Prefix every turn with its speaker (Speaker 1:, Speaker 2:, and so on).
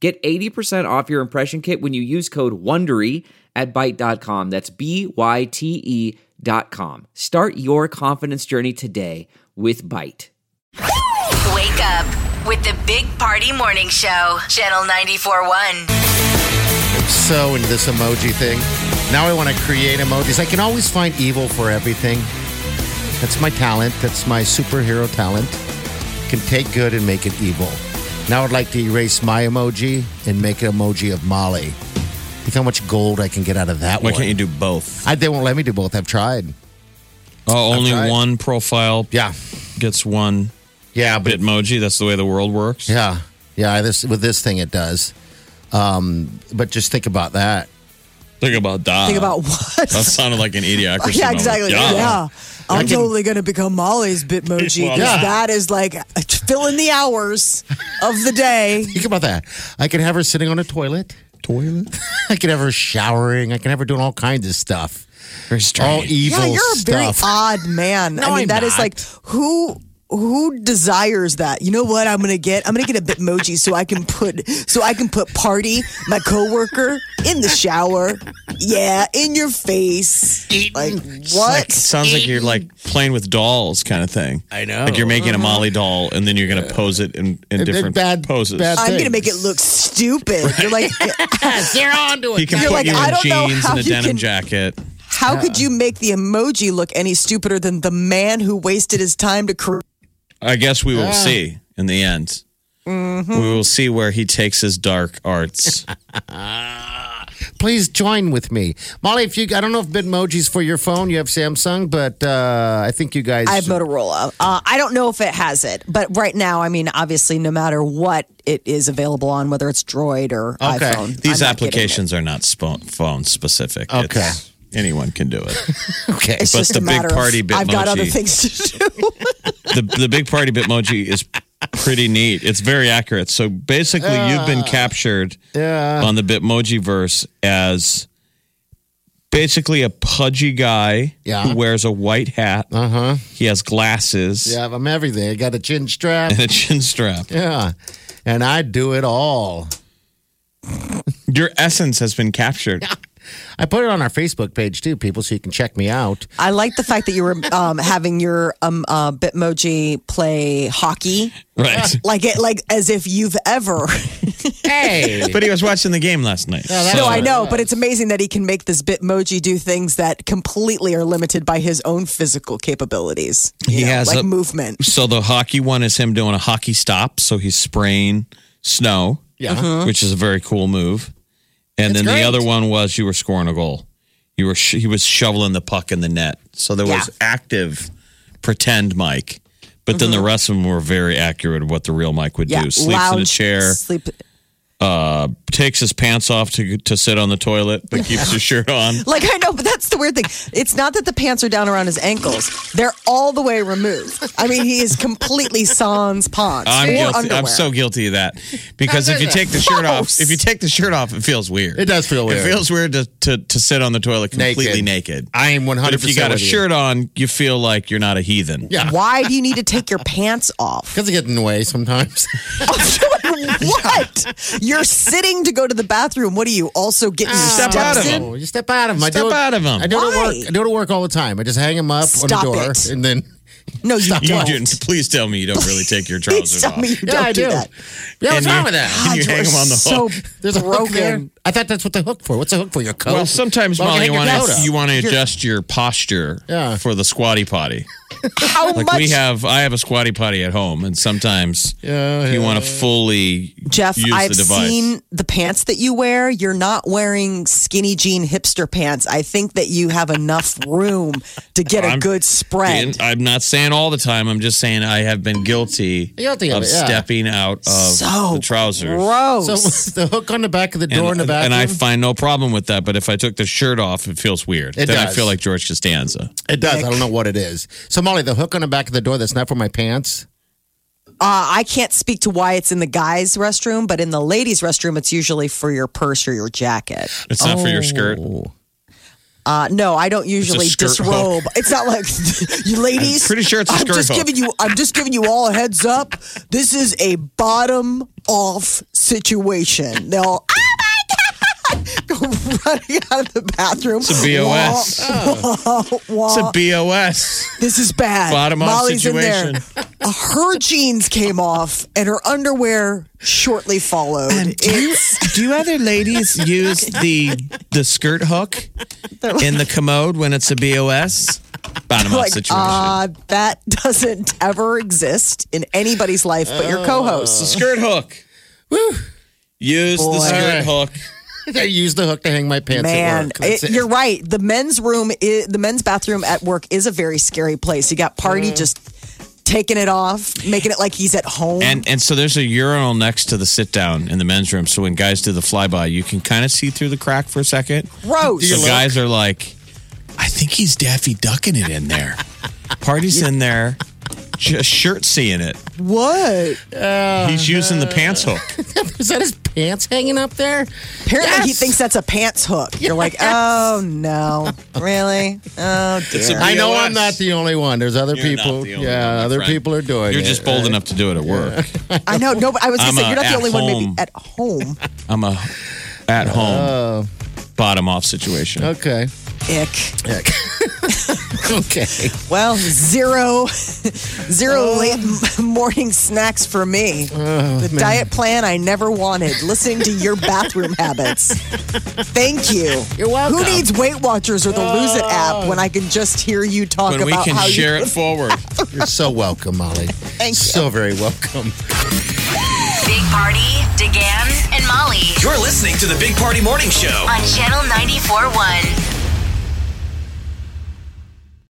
Speaker 1: Get 80% off your impression kit when you use code WONDERY at Byte.com. That's b y t e dot com. Start your confidence journey today with Byte.
Speaker 2: Wake up with the Big Party Morning Show, Channel 94.1.
Speaker 3: so into this emoji thing. Now I want to create emojis. I can always find evil for everything. That's my talent. That's my superhero talent. Can take good and make it evil. Now I'd like to erase my emoji and make an emoji of Molly. Think how much gold I can get out of that
Speaker 4: Why
Speaker 3: one.
Speaker 4: can't you do both?
Speaker 3: I, they won't let me do both. I've tried.
Speaker 4: Oh, only
Speaker 3: tried.
Speaker 4: one profile
Speaker 3: Yeah.
Speaker 4: gets one
Speaker 3: Yeah, but
Speaker 4: bitmoji. That's the way the world works.
Speaker 3: yeah. Yeah, this with this thing it does. Um, but just think about that.
Speaker 4: Think about that.
Speaker 5: Think
Speaker 3: Uh,
Speaker 5: about what?
Speaker 4: that. Sounded like an idiocracy.
Speaker 5: yeah,
Speaker 4: moment.
Speaker 5: exactly. Yeah. I'm
Speaker 3: can-
Speaker 5: totally going to become Molly's Bitmoji. 'cause
Speaker 4: Yeah.
Speaker 5: That is like fill in the hours of the day.
Speaker 3: Think about that. I could have her sitting on a toilet.
Speaker 4: Toilet.
Speaker 3: I could have her showering. I can have her doing all kinds of stuff. All
Speaker 4: Very strange.
Speaker 3: evil
Speaker 5: Yeah, you're a very
Speaker 3: stuff.
Speaker 5: odd man.
Speaker 3: No,
Speaker 5: I mean,
Speaker 3: I'm
Speaker 5: that is
Speaker 3: not.
Speaker 5: like who who desires that? You know what I'm gonna get? I'm gonna get a bitmoji so I can put so I can put party, my coworker, in the shower. Yeah, in your face. Like
Speaker 4: Like,
Speaker 5: what?
Speaker 4: sounds like you're like playing with dolls kind of thing.
Speaker 3: I know.
Speaker 4: Like you're making a Molly doll and then you're going to pose it in, in
Speaker 3: And- and
Speaker 4: different
Speaker 3: bad-
Speaker 4: poses.
Speaker 3: bad-
Speaker 5: I'm gonna make it look stupid. You're like,
Speaker 4: he can
Speaker 5: You're
Speaker 4: put
Speaker 5: like,
Speaker 4: you in
Speaker 5: I don't know
Speaker 4: jeans
Speaker 5: how
Speaker 4: and a
Speaker 5: you
Speaker 4: denim
Speaker 5: can-
Speaker 4: jacket.
Speaker 5: how could you make the emoji look any stupider than the man who wasted his time to create?
Speaker 4: I guess we will see in the end.
Speaker 5: Mm-hmm.
Speaker 4: We will see where he takes his dark arts.
Speaker 3: Please join with me, Molly. If you, I don't know if Bitmoji's for your phone. You have Samsung, but uh, I think you guys.
Speaker 5: I have Motorola. Uh, I don't know if it has it, but right now, I mean, obviously, no matter what it is available on, whether it's Droid or
Speaker 3: Okay.
Speaker 5: iPhone,
Speaker 4: These
Speaker 5: I'm not getting it.
Speaker 4: applications are not spo- phone specific.
Speaker 3: Okay.
Speaker 4: It's- anyone can do it.
Speaker 3: okay.
Speaker 5: It's
Speaker 4: but
Speaker 5: just
Speaker 4: the
Speaker 5: a
Speaker 4: big
Speaker 5: matter
Speaker 4: party
Speaker 5: of, I've got
Speaker 4: Bitmoji.
Speaker 5: other things to do.
Speaker 4: the the big party bitmoji is pretty neat. It's very accurate. So basically, you've been
Speaker 5: Ah.
Speaker 4: captured on the bitmoji verse as basically a pudgy guy
Speaker 3: Yeah.
Speaker 4: who wears a white hat. Uh huh.
Speaker 5: Uh-huh.
Speaker 4: He has glasses
Speaker 3: Yeah, I'm everything. I got a chin strap.
Speaker 4: and a chin strap.
Speaker 3: yeah, and I do it all.
Speaker 4: Your essence has been captured.
Speaker 3: I put it on our Facebook page too, people, so you can check me out.
Speaker 5: I like the fact that you were um, having your um, uh, Bitmoji play hockey,
Speaker 4: Right.
Speaker 5: like it, like as if you've ever.
Speaker 3: Hey,
Speaker 4: But he was watching the game last night.
Speaker 3: that's
Speaker 5: no,
Speaker 4: so-
Speaker 5: I know, but it's amazing that he can make this Bitmoji do things that completely are limited by his own physical capabilities. you
Speaker 4: He
Speaker 5: know,
Speaker 4: has
Speaker 5: like
Speaker 4: a-
Speaker 5: movement.
Speaker 4: So the hockey one is him doing a hockey stop. So he's spraying snow,
Speaker 3: Yeah.
Speaker 4: which is a very cool move. And then
Speaker 3: great.
Speaker 4: the other one was you were scoring a goal. You were sh- he was shoveling the puck in the net. So there was active pretend Mike, but then the rest of them were very accurate of what the real Mike would
Speaker 5: Yeah,
Speaker 4: do. Sleeps in a
Speaker 5: lounge,
Speaker 4: chair, uh,
Speaker 5: Sleep.
Speaker 4: takes his pants off to to sit on the toilet, but keeps his shirt on.
Speaker 5: Like I know, but that's the weird thing. It's not that the pants are down around his ankles; they're all the way removed. I mean, he is completely sans pants
Speaker 4: I'm
Speaker 5: or
Speaker 4: guilty.
Speaker 5: underwear.
Speaker 4: I'm so guilty of that because if you take the shirt off,
Speaker 5: Gross.
Speaker 4: if you take the shirt off, it feels weird.
Speaker 3: It does feel
Speaker 4: It
Speaker 3: weird.
Speaker 4: feels weird to to, to sit on the toilet completely naked.
Speaker 3: I am 100.
Speaker 4: But if you got a shirt on, you feel like you're not a heathen.
Speaker 3: yeah,
Speaker 5: Why do you need to take your pants off?
Speaker 3: because it gets in the way sometimes.
Speaker 5: what? You're sitting to go to the bathroom. What are you also getting
Speaker 4: Step
Speaker 5: steps
Speaker 4: out of
Speaker 5: in?
Speaker 4: them.
Speaker 3: Oh, you step out of them. I
Speaker 4: Step
Speaker 3: do it,
Speaker 4: out of 'em.
Speaker 3: I do it at
Speaker 5: Why?
Speaker 3: work. I do it at work all the time. I just hang them up on
Speaker 5: Stop
Speaker 3: the door,
Speaker 5: it.
Speaker 3: and then
Speaker 5: No, you
Speaker 3: Stop.
Speaker 4: You
Speaker 5: don't.
Speaker 4: do- please tell me you don't really take your
Speaker 5: Please
Speaker 4: trousers
Speaker 5: tell
Speaker 4: off.
Speaker 5: me you
Speaker 3: Yeah,
Speaker 5: don't
Speaker 3: I
Speaker 5: do,
Speaker 3: do.
Speaker 5: that.
Speaker 3: yeah, what's
Speaker 4: And
Speaker 3: wrong
Speaker 4: you-
Speaker 3: with that?
Speaker 4: And you
Speaker 5: God,
Speaker 4: hang
Speaker 5: are
Speaker 4: 'em on the
Speaker 5: so
Speaker 4: hook.
Speaker 3: There's a hook there.
Speaker 5: broken.
Speaker 3: I thought that's what the hook for. What's the hook for your coat?
Speaker 4: Well, sometimes
Speaker 3: Well,
Speaker 4: Molly,
Speaker 3: hang
Speaker 4: you
Speaker 3: your
Speaker 4: want
Speaker 3: coat
Speaker 4: to
Speaker 3: up.
Speaker 4: you want to adjust your posture
Speaker 3: Yeah.
Speaker 4: for the squatty potty.
Speaker 5: How
Speaker 4: Like
Speaker 5: much?
Speaker 4: we have, I have a squatty potty at home, and sometimes you want to fully
Speaker 5: Jeff,
Speaker 4: use
Speaker 5: I've
Speaker 4: the device.
Speaker 5: seen the pants that you wear. You're not wearing skinny jean hipster pants. I think that you have enough room to get a
Speaker 4: I'm
Speaker 5: good spread.
Speaker 4: And I'm not saying all the time. I'm just saying I have been guilty,
Speaker 3: Guilty of
Speaker 4: of
Speaker 3: it, yeah.
Speaker 4: stepping out of
Speaker 5: so
Speaker 4: the trousers.
Speaker 5: Gross.
Speaker 3: So the hook on the back of the door in
Speaker 4: And,
Speaker 3: the bathroom.
Speaker 4: and I find no problem with that, but if I took the shirt off, it feels weird.
Speaker 3: It
Speaker 4: then I
Speaker 3: does.
Speaker 4: feel like George Costanza.
Speaker 3: it does. I don't know what it is. So Molly, the hook on the back of the door that's not for my pants.
Speaker 5: Uh, I can't speak to why it's in the guys' restroom, but in the ladies' restroom, it's usually for your purse or your jacket.
Speaker 4: It's not for your skirt.
Speaker 5: Uh, no, I don't usually
Speaker 4: skirt
Speaker 5: disrobe. It's not like you ladies.
Speaker 4: pretty sure it's a
Speaker 5: I'm
Speaker 4: skirt
Speaker 5: just
Speaker 4: hook.
Speaker 5: giving you. I'm just giving you all a heads up. This is a bottom off situation. They'll. Oh my god! Go running out of the
Speaker 3: Oh.
Speaker 5: bathroom.
Speaker 4: It's a BOS.
Speaker 5: Wah,
Speaker 4: It's
Speaker 5: wah.
Speaker 4: a BOS.
Speaker 5: This is bad.
Speaker 4: Bottom off
Speaker 5: Molly's in
Speaker 4: situation.
Speaker 5: there. Uh, Her jeans came off, and her underwear shortly followed. It's-
Speaker 4: Do you other ladies use the the skirt hook in the commode when it's a BOS? Bottom up
Speaker 5: like,
Speaker 4: situation.
Speaker 5: uh, that doesn't ever exist in anybody's life but your co-host.
Speaker 4: skirt hook. Use the skirt hook.
Speaker 3: I use the hook to hang my pants. at
Speaker 5: Man,
Speaker 3: work. That's
Speaker 5: it,
Speaker 3: it.
Speaker 5: you're right. The men's room, i the men's bathroom at work is a very scary place. You got party just taking it off, making it like he's at home.
Speaker 4: And and so there's a urinal next to the sit down in the men's room. So when guys do the flyby, you can kind of see through the crack for a second.
Speaker 5: gross.
Speaker 4: So guys are like, I think he's Daffy ducking it in there. Party's in there, just shirt seeing it.
Speaker 5: what?
Speaker 4: He's using the pants hook.
Speaker 3: Is that his pants hanging up there?
Speaker 5: Apparently, he
Speaker 3: Yes.
Speaker 5: thinks that's a pants hook. You're like, oh no, really? Oh dear.
Speaker 4: It's a
Speaker 3: I know
Speaker 4: BOS.
Speaker 3: I'm not the only one. There's other
Speaker 4: You're not
Speaker 3: people.
Speaker 4: the only
Speaker 3: yeah,
Speaker 4: one, my
Speaker 3: other
Speaker 4: friend.
Speaker 3: people are doing
Speaker 4: You're
Speaker 3: it, Uh,
Speaker 4: just bold
Speaker 3: right?
Speaker 4: enough to do it at work.
Speaker 5: I know. No, but I was going
Speaker 4: I'm
Speaker 5: to
Speaker 4: a
Speaker 5: say you're not the only one. Maybe
Speaker 4: at-home.
Speaker 5: at home.
Speaker 4: I'm a at home
Speaker 3: Oh.
Speaker 4: bottom off situation.
Speaker 3: Okay.
Speaker 5: Ick.
Speaker 3: okay.
Speaker 5: Well, zero, zero
Speaker 4: Oh.
Speaker 5: late m- morning snacks for me. the diet plan I never wanted. Listening to your bathroom habits. Thank you. You're welcome. Who needs Weight Watchers or the Lose It app when I can just hear you talk
Speaker 4: Oh. When we
Speaker 5: about
Speaker 4: can
Speaker 5: how
Speaker 4: share
Speaker 5: you
Speaker 4: it forward.
Speaker 3: You're so welcome, Molly. Thank so very welcome.
Speaker 2: Big Party, DeGan, and Molly
Speaker 6: You're listening to the Big Party Morning Show.
Speaker 2: on Channel 94.1.